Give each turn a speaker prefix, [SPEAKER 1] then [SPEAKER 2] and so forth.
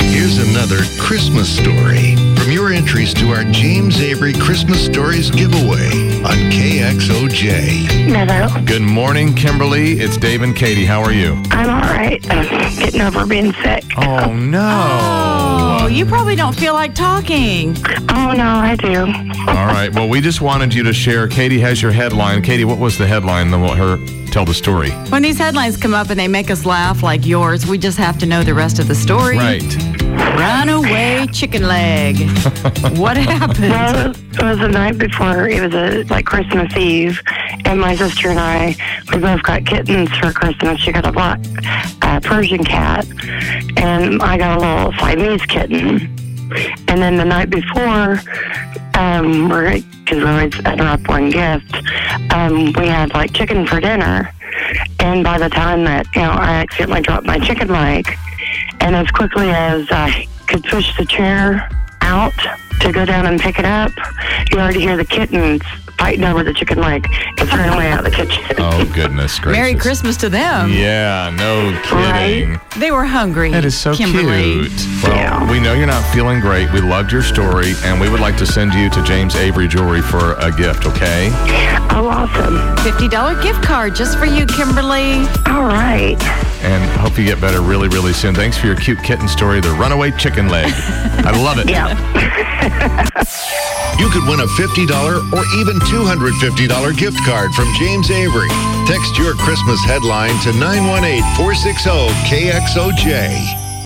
[SPEAKER 1] Here's another Christmas story from your entries to our James Avery Christmas Stories giveaway on KXOJ.
[SPEAKER 2] Hello.
[SPEAKER 3] Good morning, Kimberly. It's Dave and Katie. How are you?
[SPEAKER 2] I'm all right. I'm getting over being sick.
[SPEAKER 3] Oh, no.
[SPEAKER 4] Oh, you probably don't feel like talking.
[SPEAKER 2] Oh, no, I do.
[SPEAKER 3] All right. Well, we just wanted you to share. Katie has your headline. Katie, what was the headline? Then we'll her tell the story.
[SPEAKER 4] When these headlines come up and they make us laugh like yours, we just have to know the rest of the story. Runaway chicken leg. what happened?
[SPEAKER 2] Well, it was the night before. It was a, like Christmas Eve, and my sister and I, we both got kittens for Christmas. She got a black uh, Persian cat, and I got a little Siamese kitten. And then the night before, um, we're because we always interrupt one gift. Um, we had like chicken for dinner, and by the time that you know, I accidentally dropped my chicken leg, and as quickly as I could push the chair out to go down and pick it up, you already hear the kittens fighting over the chicken leg. It's running away out of the kitchen.
[SPEAKER 3] Oh, goodness gracious.
[SPEAKER 4] Merry Christmas to them.
[SPEAKER 3] Yeah, no kidding.
[SPEAKER 4] They were hungry.
[SPEAKER 3] That is so
[SPEAKER 4] Kimberly.
[SPEAKER 3] cute. Well,
[SPEAKER 2] Yeah.
[SPEAKER 3] we know you're not feeling great. We loved your story, and we would like to send you to James Avery Jewelry for a gift, okay?
[SPEAKER 2] Oh, awesome.
[SPEAKER 4] $50 gift card just for you, Kimberly.
[SPEAKER 2] All right.
[SPEAKER 3] And hope you get better really, really soon. Thanks for your cute kitten story, the runaway chicken leg. I love it.
[SPEAKER 2] Yeah.
[SPEAKER 1] You could win a $50 or even $250 gift card from James Avery. Text your Christmas headline to 918 460 KXOJ.